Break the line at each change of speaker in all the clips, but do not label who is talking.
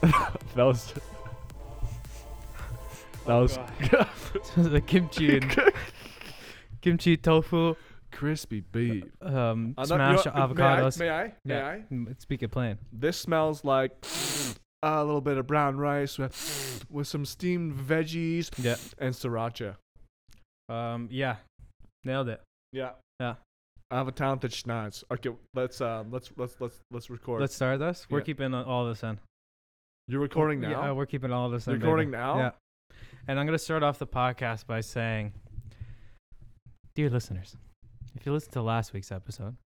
that was.
Oh,
That was
the kimchi and kimchi tofu
crispy beef.
um
I know- you
smash
know-
avocados.
May I? May I? May
Yeah.
I?
Mm, Speak it plain.
This smells like a little bit of brown rice with, with some steamed veggies
Yeah.
and sriracha.
Um. Yeah. Nailed it.
Yeah.
Yeah.
I have a talented schnoz. Okay, let's um, let's let's let's let's record.
Let's start this. We're
Yeah.
keeping all this in.
You're recording now.
Yeah, we're keeping all this in. baby.
recording now.
Yeah. And I'm going to start off the podcast by saying, dear listeners, if you listened to last week's episode,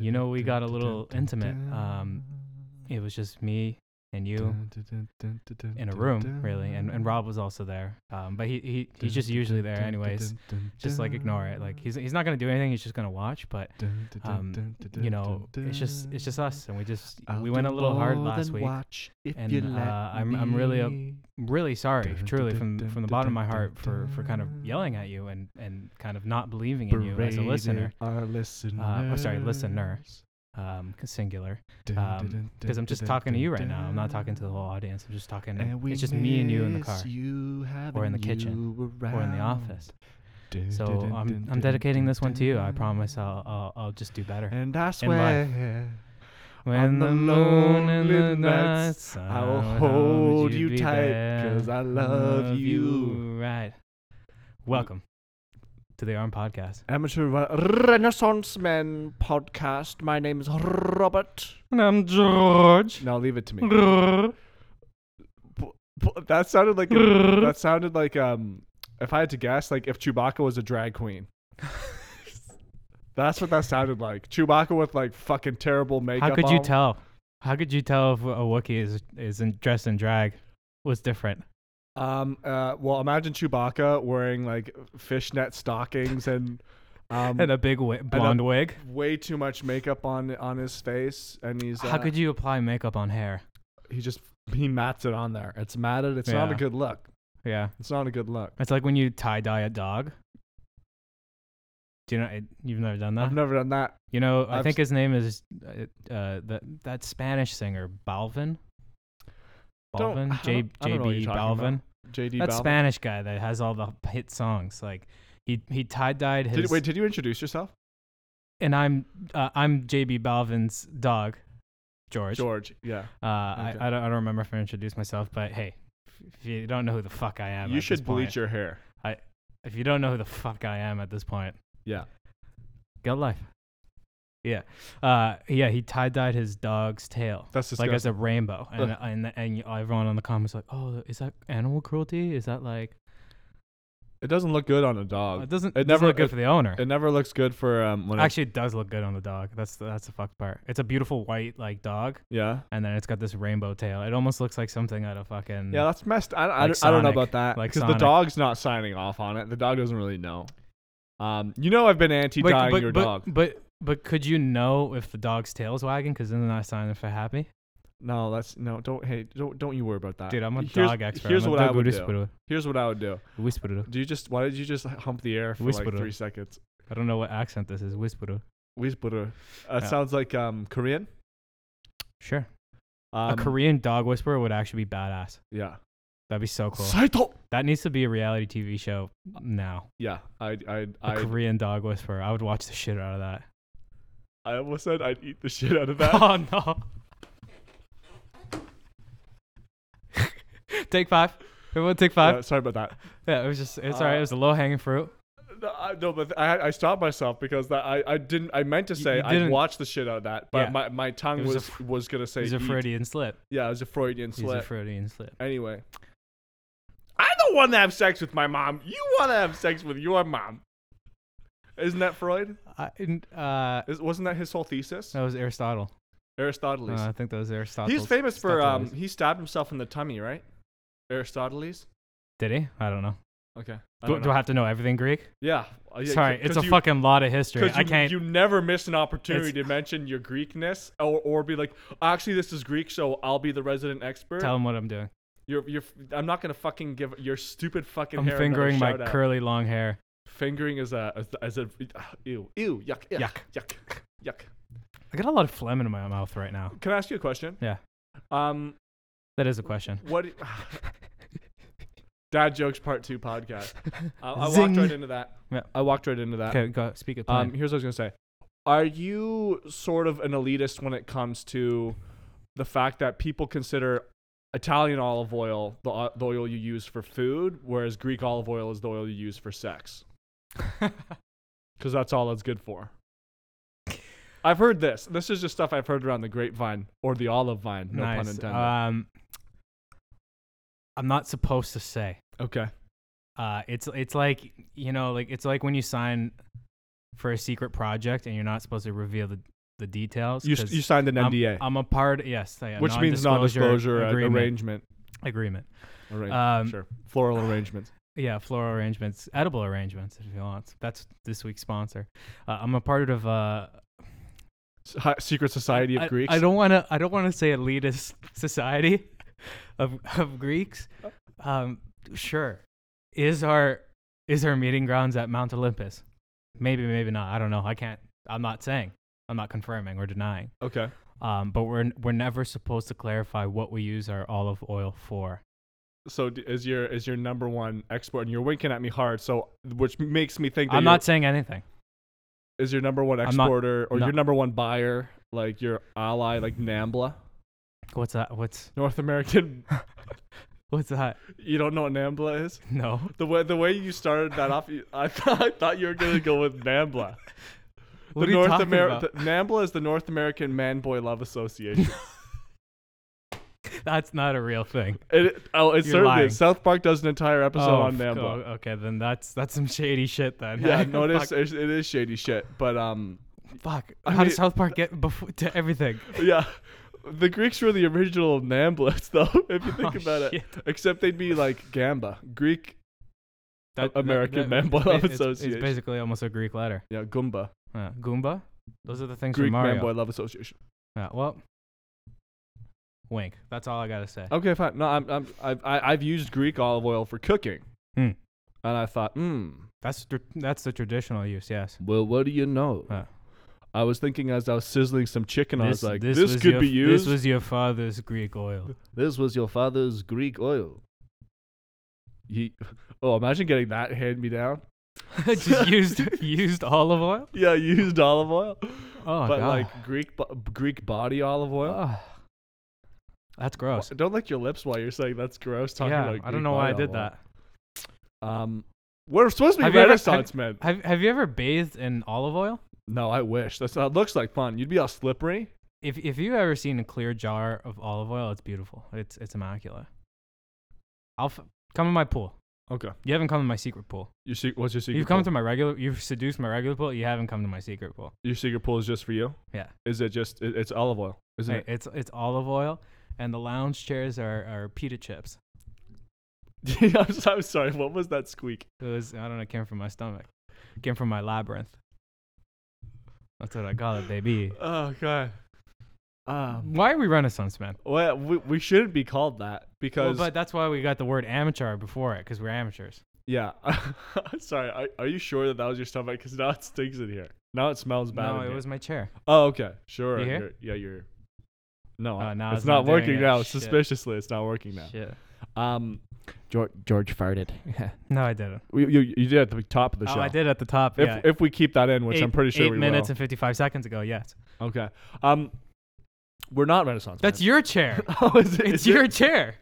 you know we got a little intimate. Um, it was just me and you in a room, really, and, and Rob was also there. Um, but he, he he's just usually there anyways. Just like ignore it. Like he's he's not going to do anything. He's just going to watch. But um, you know, it's just it's just us, and we just we went a little hard last week. and, uh, I'm- I'm really up- really sorry,
Dun,
truly,
dun,
from
dun,
from the
dun,
bottom of my
dun,
heart for for kind of
dun.
yelling at you and and kind of not believing in you as a listener,
Our listener.
oh, sorry, listener. um, singular. Because I'm just talking to you right now. I'm not talking to the whole audience. I'm just talking. it's just me and you in the car or in the kitchen or in the office. So I'm I'm dedicating this one to you. I promise I'll I'll, I'll just do better.
And I
life.
swear
When the moon and the
lonely
night
nights,
sun
I will
would
hold you
be
tight,
there.
'cause I love you.
Right. Welcome to the Arm Podcast.
Amateur Re- Renaissance Men podcast. My name is Robert.
And I'm George.
Now leave it to me.
Grrr.
P- That sounded like a, that sounded like um if I had to guess like if Chewbacca was a drag queen. That's what that sounded like. Chewbacca with like fucking terrible makeup.
How could you
on.
tell? How could you tell if a Wookiee is is in, dressed in drag? Was different.
Um. Uh. Well, imagine Chewbacca wearing like fishnet stockings and um
And a big wi- blonde wig.
way too much makeup on on his face, and he's uh,
How could you apply makeup on hair?
he just he mats it on there. It's matted. It's not a
Yeah.
good look.
Yeah,
It's not a good look.
it's like when you tie dye a dog. Do you know? It, you've never done that.
I've never done that.
You know, i
I've
think his name is uh, uh, that that Spanish singer Balvin.
Don't- I
Balvin,
don't-
J
I don't know what
JB
you're talking
Balvin.
about. JD
That
Balvin.
Spanish guy that has all the hit songs. Like he he tie dyed his.
Did, wait, did you introduce yourself,
and I'm uh, I'm JB Balvin's dog, George.
George? Yeah.
Uh, I,
Okay.
I don't I don't remember if I introduced myself, but hey, if you don't know who the fuck I am,
you
at
should
this
bleach
point,
your hair.
If you don't know who the fuck I am at this point,
Yeah.
Good life. Yeah. Uh, yeah, he tie dyed his dog's tail.
That's
like
disgusting.
as a rainbow. And,
Ugh.
and and everyone on the comments like, oh, is that animal cruelty? Is that like
it doesn't look good on a
it
dog.
doesn't
Uh, it
it doesn't
never-
look good
it-
for the owner?
It never looks good for um when
Actually, it does look good on the dog. That's the, that's the fucked part. It's a beautiful white like dog,
it, yeah
and then it's got this rainbow tail. It almost looks like something out of fucking
yeah that's messed. I, I,
mm. Like
I don't know
Sonic.
about that
Like
because the
Sonic.
dog's not signing off on it. The dog doesn't really know. Um, you know I've been anti
But-
dying
but,
your
but,
dog.
But but could you know if the dog's tail's wagging? Because isn't that a sign if they're happy?
No, that's no. Don't hey. Don't don't you worry about that,
Dude, I'm a
Here's-
dog expert.
Here's
I'm a
what
dog
I would do.
whisperer.
Here's what I would do.
Whisperer.
Do you just why did you just hump the air for
Whisperer.
like three seconds?
I don't know what accent this is. Whisperer.
Whisperer. Uh,
Yeah.
Sounds like um Korean.
Sure.
Um,
a Korean dog whisperer would actually be badass.
Yeah.
That'd be so cool.
Saito.
That needs to be a reality TV show now.
Yeah. I I
A
I
Korean dog whisperer. I would watch the shit out of that.
I almost said I'd eat the shit out of that.
Oh no. take five. Everyone take
Yeah,
five.
Uh, sorry about that.
Yeah, it was just it's alright,
Uh,
it was a low hanging fruit.
No, I, no but I, I stopped myself because that I, I didn't I meant to
You-
say
you
I'd
didn't-
watch the shit out of that, but
Yeah.
my, my tongue
It
was
was a
was,
fr-
gonna say
He's a
eat.
Freudian slip.
Yeah, it was a Freudian
He's a
slip.
Freudian slip.
anyway, I don't want to have sex with my mom. You want to have sex with your mom. Isn't that Freud?
I, and, uh,
Is, wasn't that his whole thesis?
that was Aristotle.
Aristotle.
Uh, I think that was Aristotle.
He's famous for um, he stabbed himself in the tummy, right? Aristoteles.
Did he? I don't know.
Okay. I
Do,
don't
do
know.
I have to know everything Greek?
yeah. Uh, yeah,
Sorry,
'cause
it's a
you-
fucking lot of history.
Because
I
you,
can't.
you never miss an opportunity to mention your Greekness or, or be like, actually, this is Greek, so I'll be the resident expert.
tell him what I'm doing.
You're, you're, I'm not going to fucking give your stupid fucking
I'm
hair another
fingering my
shout out.
curly long hair.
Fingering is a, as, as a, ew, ew, yuck, yuck, yuck,
Yuck.
yuck,
I got a lot of phlegm in my mouth right now.
Can I ask you a question?
Yeah.
Um,
That is a question.
What? Dad jokes part two podcast. I, I
Zing.
walked right into that.
Yeah.
I walked right into that.
Okay, go speak at
Um,
time.
here's what I was gonna say. Are you sort of an elitist when it comes to the fact that people consider Italian olive oil the, o- the oil you use for food, whereas Greek olive oil is the oil you use for sex? Because that's all it's good for. I've heard this. This is just stuff I've heard around the grapevine or the olive vine. No
nice.
pun intended.
Um, I'm not supposed to say.
okay.
Uh, it's it's like you know, like it's like when you sign for a secret project and you're not supposed to reveal the the details.
You,
'cause
you signed an
I'm-
NDA,
I'm, a part. Yes, yeah,
which means non-disclosure uh,
agreement.
arrangement.
agreement.
Arrangement.
Um,
sure. Floral arrangements.
Yeah, floral arrangements, edible arrangements, if you want. That's this week's sponsor. Uh, I'm a part of. Uh,
S- hi- Secret Society of
I,
Greeks.
I don't want to. I don't want to say elitist society of of Greeks.
Oh.
Um, sure, is our is our meeting grounds at Mount Olympus? Maybe, maybe not. I don't know. I can't. I'm not saying. I'm not confirming or denying.
Okay.
Um, but we're we're never supposed to clarify what we use our olive oil for.
So d- is your is your number one export, and you're winking at me hard. So which makes me think that
I'm
you're-
not saying anything.
is your number one
I'm not-
exporter or
no.
your number one buyer like your ally like Nambla,
What's that? What's
North American.
what's that?
you don't know what Nambla is.
No.
The way the way you started that off, you- I thought I thought you were gonna go with Nambla.
What
the
are you
North
talking
Ameri-
about?
the- Nambla is the North American Man Boy Love Association.
That's not a real thing.
it, oh, it
You're
certainly
lying.
is. South Park does an entire episode on
f-
Nambla.
oh, okay, then that's that's some shady shit then.
Yeah,
Hey,
no, it is,
fuck,
it is shady shit. But um,
fuck.
I
How
mean-
does South Park get before to everything?
yeah, the Greeks were the original of Namblus, though. If you think
Oh,
about it,
shit.
except they'd be like Gamba, Greek,
That-
American
that-
Man Boy
it's-
Love
it's-
Association.
It's basically almost a Greek letter.
yeah, Gumba,
Yeah. Goomba. Those are the things
Greek
from Mario.
Man Boy Love Association.
Yeah, well, wink. That's all I gotta say.
Okay, fine. No, I'm, I'm I've, I, I've used Greek olive oil for cooking,
Hmm.
and I thought, hmm,
That's tr- that's the traditional use. Yes.
well, what do you know?
Yeah.
I was thinking as I was sizzling some chicken, I was like, this,
was
could
your-
be used.
This was your father's Greek oil.
This was your father's Greek oil. Ye- oh, imagine getting that hand me down.
Just used used olive oil.
Yeah, you used olive oil,
Oh
but
god.
like Greek bo- Greek body olive oil.
Ugh. that's
Wha-
gross.
Don't lick your lips while you're saying that's gross. Talking
Oh. yeah,
about
I
Greek
don't know why I
body
did
olive
that.
oil. Um, we're supposed to be
Have you ever-
Renaissance men.
Have Have you ever bathed in olive oil?
No, I wish. That's that looks like fun. You'd be all slippery.
If If you ever seen a clear jar of olive oil, it's beautiful. It's It's immaculate. I'll f- come in my pool.
Okay.
You haven't come to my secret pool.
Your se- what's your secret?
you've come
pool?
to my regular. You've seduced my regular pool. You haven't come to my secret pool.
your secret pool is just for you.
Yeah.
Is it just it, it's olive oil? Isn't
Hey, It's It's olive oil, and the lounge chairs are are pita chips.
it? I'm, so- I'm sorry. What was that squeak?
It was I don't know. It came from my stomach. It came from my labyrinth. That's what I call it, baby.
Oh god. Um.
Why are we Renaissance men?
Well, we, we shouldn't be called that
Well,
because
but that's why we got the word amateur before it, because we're amateurs.
yeah. Sorry, are, are you sure that that was your stomach? Because now it stinks in here. Now it smells bad.
No,
in
it
here.
was my chair.
Oh, okay, sure.
You here?
You're- yeah, you're. No,
Oh,
I-
no,
it's,
it's
not,
not doing
working
it.
now.
Shit.
Suspiciously, it's not working now.
Shit.
Um,
George, George farted.
No, I didn't.
we, you you did at the top of the
Oh,
show.
I did at the top.
If
yeah.
if we keep that in, which i I'm
Eight-
pretty sure
eight
we
minutes and fifty-five seconds ago. Yes,
will. Okay. Um, we're not Renaissance.
that's
men.
your chair.
oh, is it-
it's
is it?
your chair.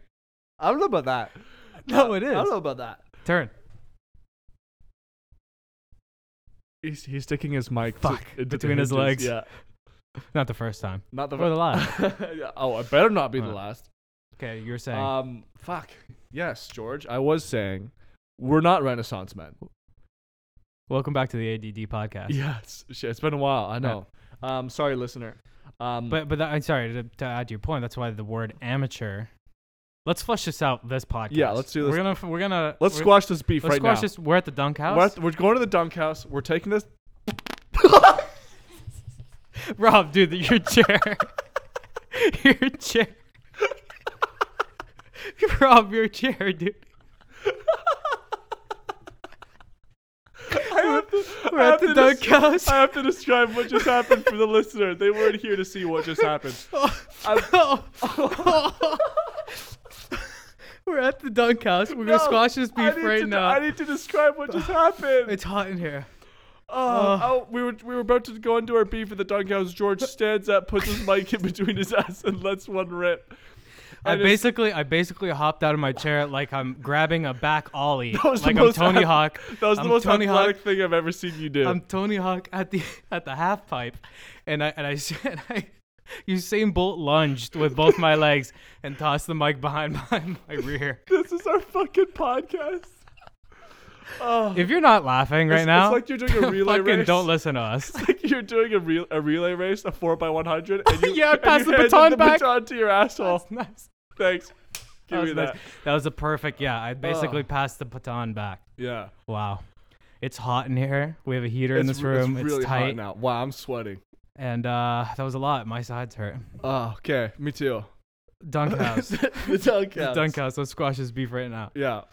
I don't know about that.
No, it
I don't
is.
know about that.
Turn.
He's he's sticking his mic to-
Fuck,
into the
between his
hinges.
legs.
Yeah,
Not the first time.
not the
Or the last.
yeah. Oh, I better not be the
Uh,
last.
Okay, you're saying.
Um, fuck. Yes, George. I was saying, we're not Renaissance men.
Welcome back to the ADD podcast.
Yes, shit, it's been a while. I know. Um, sorry, listener. Um,
But but that, I'm sorry to, to add to your point. That's why the word amateur. Let's flesh this out. This podcast.
Yeah, let's do this.
We're gonna we're gonna
let's
we're,
squash this beef
Let's
right
squash
now.
this. We're at the dunk house.
We're, at- we're going to the dunk house. We're taking this.
Rob, dude, your chair. your chair. Rob, your chair, dude.
I have to,
We're
I
at
have
the
to
dunk
des-
house.
I have to describe what just happened for the listener. They weren't here to see what just happened.
Oh,
I'm-
oh, We're at the dunk house. We're
No,
gonna squash this
I
beef
need,
right
to,
now.
I need to describe what just happened.
it's hot in here.
Uh, oh, we were we were about to go into our beef at the dunkhouse. George stands up, puts his mic in between his ass, and lets one rip.
I,
just-
basically, I basically hopped out of my chair like I'm grabbing a back ollie,
That was the
like I'm
most
Tony
ath-
Hawk.
That was
I'm
the most
Tony Hawk.
athletic thing I've ever seen you do.
I'm Tony Hawk at the at the half pipe, and I and I and I Usain Bolt lunged with both my legs and tossed the mic behind my, my rear.
this is our fucking podcast. Oh,
If you're not laughing right
it's
now,
like you're doing a relay
fucking
race.
don't listen to us.
it's like you're doing a, re- a relay race, a four by one hundred, and you
Yeah, I
and
passed
you
the
handed
baton
the
back.
baton to your asshole.
That's nice.
Thanks. Give
That
me
was,
that.
nice. that was a perfect. Yeah, I basically
Oh.
passed the baton back.
Yeah,
Wow, it's hot in here. We have a heater in
It's
this
re-
room.
It's really
tight,
hot now. Wow, I'm sweating.
and uh, that was a lot. My sides hurt.
Oh, okay, me too.
Dunk house.
the dunkhouse.
The dunk house. Let's squash this beef right now.
Yeah.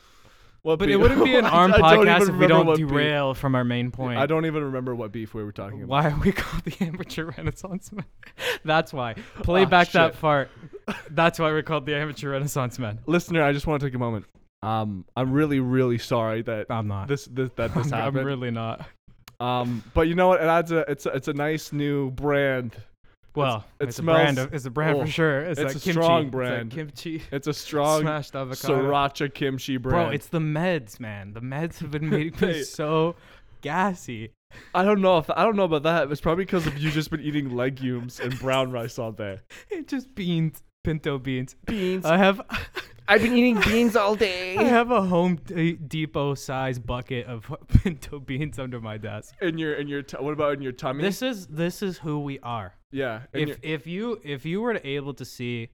Well,
But it wouldn't be an arm podcast if we don't derail from our main point.
I don't even remember what beef we were talking about.
Why are we called the amateur renaissance men? That's why. Play back that
Ah, shit.
fart. That's why we're called the amateur renaissance men.
Listener, I just want to take a moment. Um, I'm really, really sorry that
I'm not.
this, this that this
I'm, I'm
happened.
really not.
um, but you know what? It adds a it's a, it's a nice new brand.
Well,
it
it's, a brand.
smells-
Of, it's a brand
oh,
for sure. It's,
it's
that
a
kimchi.
strong
It's that
brand.
kimchi.
It's a strong
Smashed avocado.
sriracha kimchi brand.
Bro, it's the meds, man. The meds have been making me
Hey.
so gassy.
I don't know if I don't know about that. It's probably because of you just been eating legumes and brown rice all day.
It just beans, pinto beans.
Beans.
I have
I've been eating beans all day.
I have a Home D- Depot size bucket of pinto beans under my desk.
In your in your t- what about in your tummy?
This is this is who we are.
yeah. in
If
your-
if you if you were to able to see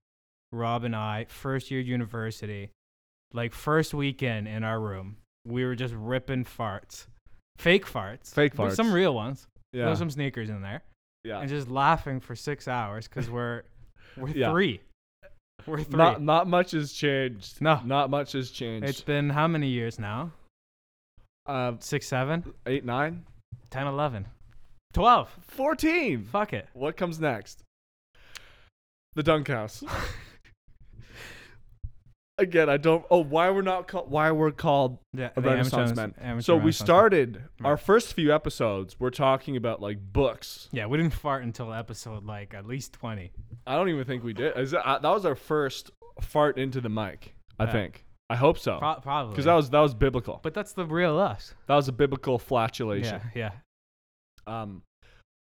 Rob and I first year university, like first weekend in our room, we were just ripping farts, fake farts,
Fake
There's some
farts.
real ones.
yeah.
There's some sneakers in there,
yeah.
and just laughing for six hours because we're we're
Yeah.
three, we're three.
Not not much has changed.
No.
not much has changed.
it's been how many years now?
uh,
Six, seven,
eight, nine,
ten, eleven, twelve.
14.
Fuck it.
What comes next? The dunk house. Again, I don't. Oh, why we're not? Call, why we're called
Yeah,
a
the
Renaissance
Amazons-
men?
Amateur
so we
Renaissance men.
started
Right.
our first few episodes. We're talking about like books.
Yeah, we didn't fart until episode like at least twenty.
I don't even think we did. Is that, uh, that was our first fart into the mic. I
Yeah.
think. I hope so.
Pro- probably.
Because Oh. that was that was biblical.
but that's the real us.
that was a biblical
Yeah,
flatulation.
yeah.
Um,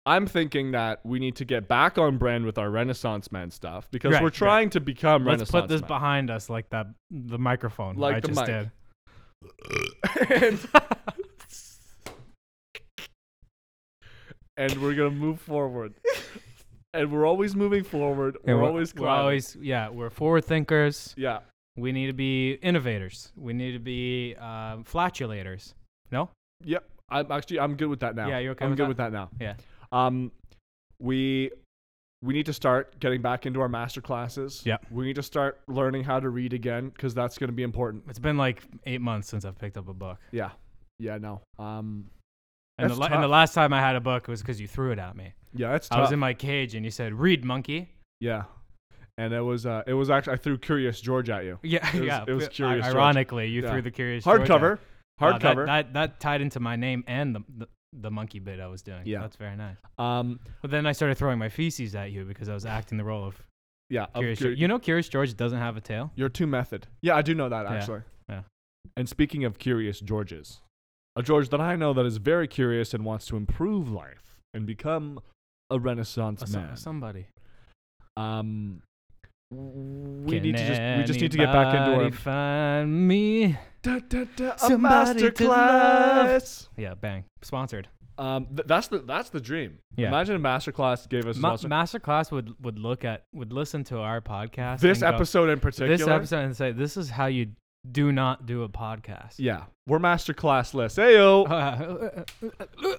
I'm thinking that we need to get back on brand with our Renaissance men stuff because
Right,
we're
right.
trying to become
Let's
Renaissance.
put this
men.
behind us, like that the microphone
Like
I
the
just
mic.
did.
and we're gonna move forward. and we're always moving forward.
And
we're, always
we're
climbing.
always yeah. We're forward thinkers.
yeah.
We need to be innovators. We need to be um, flatulators. No,
Yep. I'm actually I'm good with that now.
Yeah, you okay
I'm
with
good
that?
with that now.
Yeah.
Um, we we need to start getting back into our master classes.
Yep.
We need to start learning how to read again because that's gonna be important.
it's been like eight months since I've picked up a book,
Yeah. Yeah. No. Um.
and the,
That's
la- and the
tough.
last time I had a book was because you threw it at me.
Yeah. That's
I
tough.
was in my cage, and you said, "Read, monkey."
yeah. And it was uh it was actually I threw Curious George at you.
Yeah,
was-
yeah.
it was
I-
Curious George.
Ironically, you
Yeah.
threw the curious George at
Hardcover.
Wow, that-
Hardcover.
that, that tied into my name and the, the the monkey bit I was doing.
Yeah.
that's very nice.
um.
But then I started throwing my feces at you because I was acting the role of
Yeah. of
Curious.
Cur-
George. You know, Curious George doesn't have a tail.
Your two method. Yeah, I do know that
Yeah,
actually.
yeah.
And speaking of curious Georges, a George that I know that is very curious and wants to improve life and become a Renaissance
A Oh, so-
man.
somebody.
um, we need to just we just need to get back into our
anybody Find me.
da, da, da, a
Somebody to
masterclass.
Yeah, bang. Sponsored.
Um, th- that's the that's the dream.
Yeah.
Imagine a masterclass gave us
Ma-
also-
Masterclass would would look at would listen to our podcast.
this
and go-
episode in particular.
This episode and say this is how you do not do a podcast.
Yeah, we're masterclassless. Ayo.
Uh,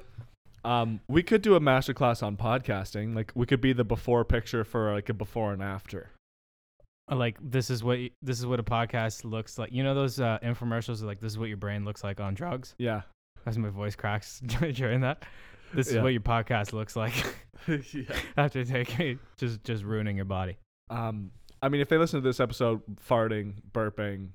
Um, we could do a masterclass on podcasting. Like we could be the before picture for like a before and after.
like this is what y- this is what a podcast looks like. You know those uh, infomercials are like this is what your brain looks like on drugs.
Yeah.
As my voice cracks during that, this is
Yeah.
what your podcast looks like
yeah.
after taking just just ruining your body.
Um, I mean, if they listen to this episode, farting, burping,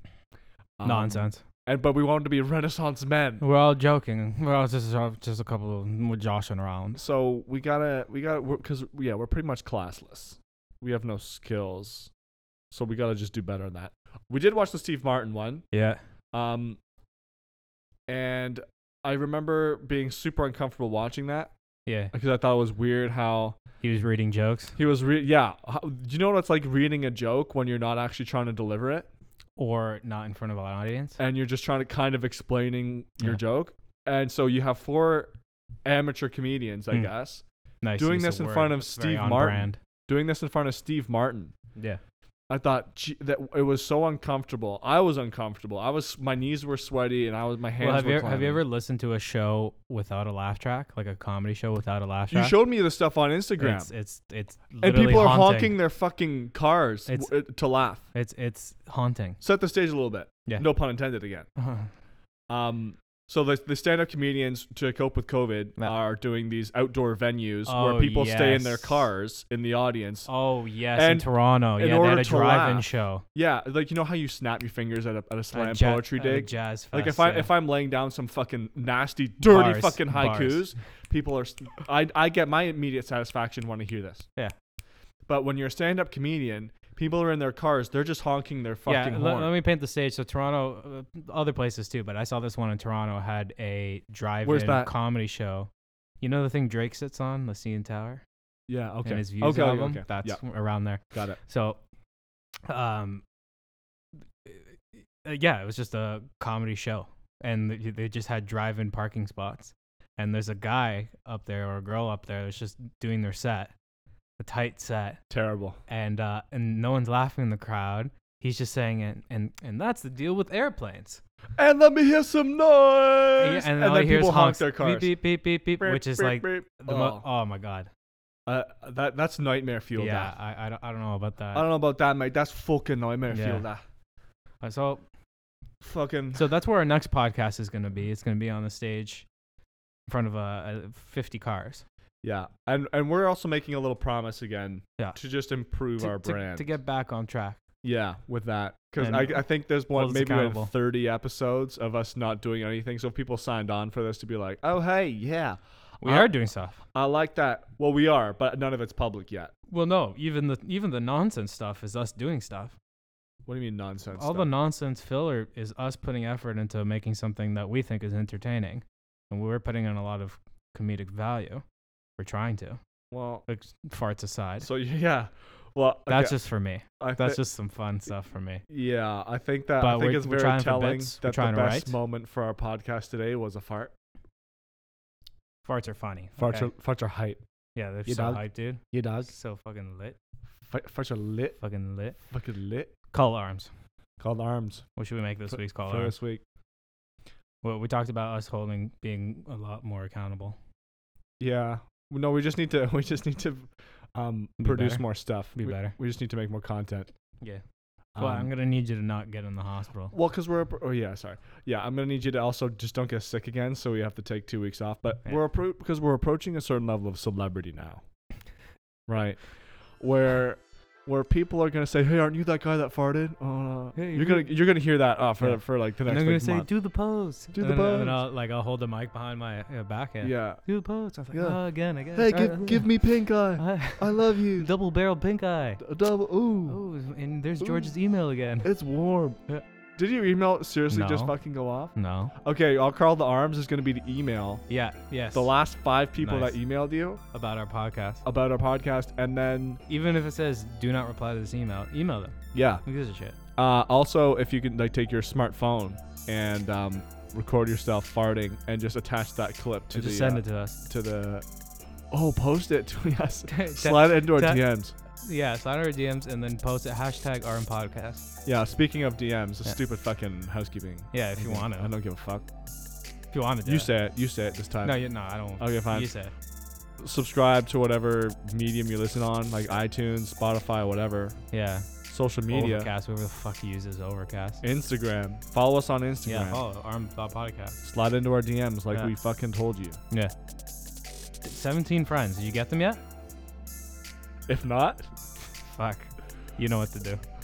Um,
Nonsense. Oh.
And but we wanted to be Renaissance men.
We're all joking. We're all just just a couple of we're joshing around.
So we gotta we gotta because yeah we're pretty much classless. We have no skills, so we gotta just do better on that. We did watch the Steve Martin one.
Yeah.
Um, and I remember being super uncomfortable watching that
Yeah.
because I thought it was weird how
He was reading jokes
he was re- yeah. How, do you know what it's like reading a joke when you're not actually trying to deliver it
or not in front of an audience.
and you're just trying to kind of explaining your
Yeah.
joke? And so you have four amateur comedians, I
Mm.
guess,
Nice.
doing
use
this in
word.
front of
It's very
Steve
on
Martin.
brand.
doing this in front of Steve Martin.
Yeah.
I thought gee, that it was so uncomfortable. I was uncomfortable. I was my knees were sweaty and I was my hands.
Well, have
were
you ever, have you
clammy.
ever listened to a show without a laugh track, like a comedy show without a laugh
You
track?
showed me the stuff on Instagram.
It's it's it's
and
literally
people are
haunting.
honking their fucking cars
It's-
w- to laugh.
It's it's haunting.
Set the stage a little bit.
Yeah.
No pun intended again. Um, so the, the stand-up comedians to cope with COVID
Yeah.
are doing these outdoor venues
Oh,
where people stay in their
yes.
cars in the audience.
oh yes, in
And
Toronto,
in
yeah, they had
order
a
to
drive-in
laugh,
show,
Yeah, like you know how you snap your fingers at a, at a slam
a ja-
poetry
at a
dig.
jazz fest.
Like if I
yeah.
if I'm laying down some fucking nasty dirty
Bars,
fucking
bars.
haikus, people are st- I I get my immediate satisfaction when I hear this.
Yeah.
But when you're a stand-up comedian, people are in their cars, they're just honking their fucking
yeah, le-
horn.
let me paint the stage. So Toronto, uh, other places too, but I saw this one in Toronto had a drive-in
that?
comedy show. You know the thing Drake sits on, the CN Tower,
yeah, okay.
and his views
okay, okay,
album.
okay.
That's
yeah,
around there.
got it.
So, um, uh, yeah, it was just a comedy show, and they- they just had drive-in parking spots. And there's a guy up there or a girl up there that's just doing their set, a tight set,
Terrible.
and uh, and no one's laughing in the crowd. He's just saying, and and, and that's the deal with airplanes.
And let me hear some noise.
and all
then
you hear
people
is
honk
honks,
their cars.
beep beep beep beep, beep
Beep,
which is
beep,
like
beep.
the mo-
oh,
oh my god,
uh, that that's nightmare fuel.
yeah,
that.
I, I don't I don't know about
I
that.
don't know about that, mate. That's fucking nightmare
Yeah.
fuel. That
Uh, so
fucking
So that's where our next podcast is going to be. It's going to be on the stage in front of uh, uh, 50 cars.
Yeah, and and we're also making a little promise again.
Yeah.
To just improve
to,
our
to-
brand.
To, get back on track.
yeah, with that, because
And
I, I think there's one
hold us
maybe we had
accountable.
thirty episodes of us not doing anything. So if people signed on for this to be like, oh hey, yeah,
We
I-
are doing stuff.
I like that. Well, we are, but none of it's public yet.
Well, no, even the even the nonsense stuff is us doing stuff.
What do you mean nonsense?
All the
stuff?
nonsense filler is us putting effort into making something that we think is entertaining, and we're putting in a lot of comedic value. We're trying to,
well,
like farts aside.
so yeah, well, okay,
That's just for me.
I
That's
thi-
just some fun stuff for me.
yeah. I think that I
But
think
we're-
it's
we're
very
trying for
telling
bits. We're
that the
trying
best
to write.
moment for our podcast today was a fart.
Farts are funny.
Farts
okay?
are farts are hype.
yeah, they're
You
so
dog.
hyped, dude.
You dog.
So fucking lit.
F- farts are lit.
Fucking lit.
Fucking lit.
Call arms.
Called arms
What should we make this
For-
week's call
for
arms?
this week.
Well, we talked about us holding being a lot more accountable.
Yeah. No, we just need to we just need to um
Be
produce
better.
more stuff.
Be
we, Um,
better.
we just need to make more content.
Yeah. Well, I'm gonna need you to not get in the hospital.
well, cuz we're appro- oh yeah, sorry. Yeah, I'm going to need you to also just don't get sick again so we have to take 2 weeks off, but
Yeah.
we're appro- because we're approaching a certain level of celebrity now. right. Where where people are going to say, "Hey, aren't you that guy that farted?" Uh,
Hey,
you're going to you're going to hear that uh, for
Yeah.
for like the next
And they're gonna
like,
say,
month.
"Do the pose."
Do
And
the
then- And then
pose.
I'll, like I'll hold the mic behind my uh, back end.
yeah.
Do the pose. I was like,
Yeah.
"Oh, again, I guess."
Hey,
Uh, uh,
give, give me pink eye.
uh,
I love you.
double barrel pink eye.
D- Double ooh.
Oh, and there's George's email again.
It's warm.
Yeah.
Did your email seriously just
No.
fucking go off?
No.
Okay, I'll call the arms is going to be the email.
Yeah. Yes.
The last five people
Nice.
that emailed you
about our podcast.
about our podcast, and then
Even if it says "Do not reply to this email," email them.
yeah.
Who gives a shit?
Uh, also, if you can like take your smartphone and um, record yourself farting and just attach that clip to
Just
the
send
uh,
it to us.
to the oh post it to us.
Ta-
Slide it into our
ta-
DMs.
Yeah, sign our DMs and then post it hashtag RM Podcast.
Yeah. Speaking of DMs, a
Yeah.
stupid fucking housekeeping.
Yeah, if you want
I
to.
don't give a fuck.
If you want to,
You say it. You say it this time.
No, you, no, I don't.
okay, fine.
You say. it.
subscribe to whatever medium you listen on, like iTunes, Spotify, whatever.
Yeah.
Social media,
Overcast, whoever the fuck uses Overcast.
Instagram. Follow us on Instagram.
Yeah. Oh, RM Thought Podcast.
Slide into our DMs like
Yeah.
we fucking told you.
Yeah. Seventeen friends. Did you get them yet?
If not,
Fuck. You know what to do.